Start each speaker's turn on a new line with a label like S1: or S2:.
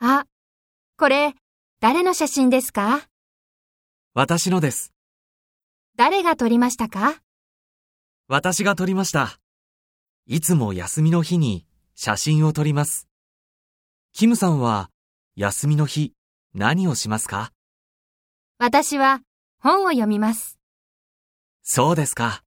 S1: あ、これ、誰の写真ですか
S2: 私のです。
S1: 誰が撮りましたか
S2: 私が撮りました。いつも休みの日に写真を撮ります。キムさんは休みの日何をしますか
S1: 私は本を読みます。
S2: そうですか。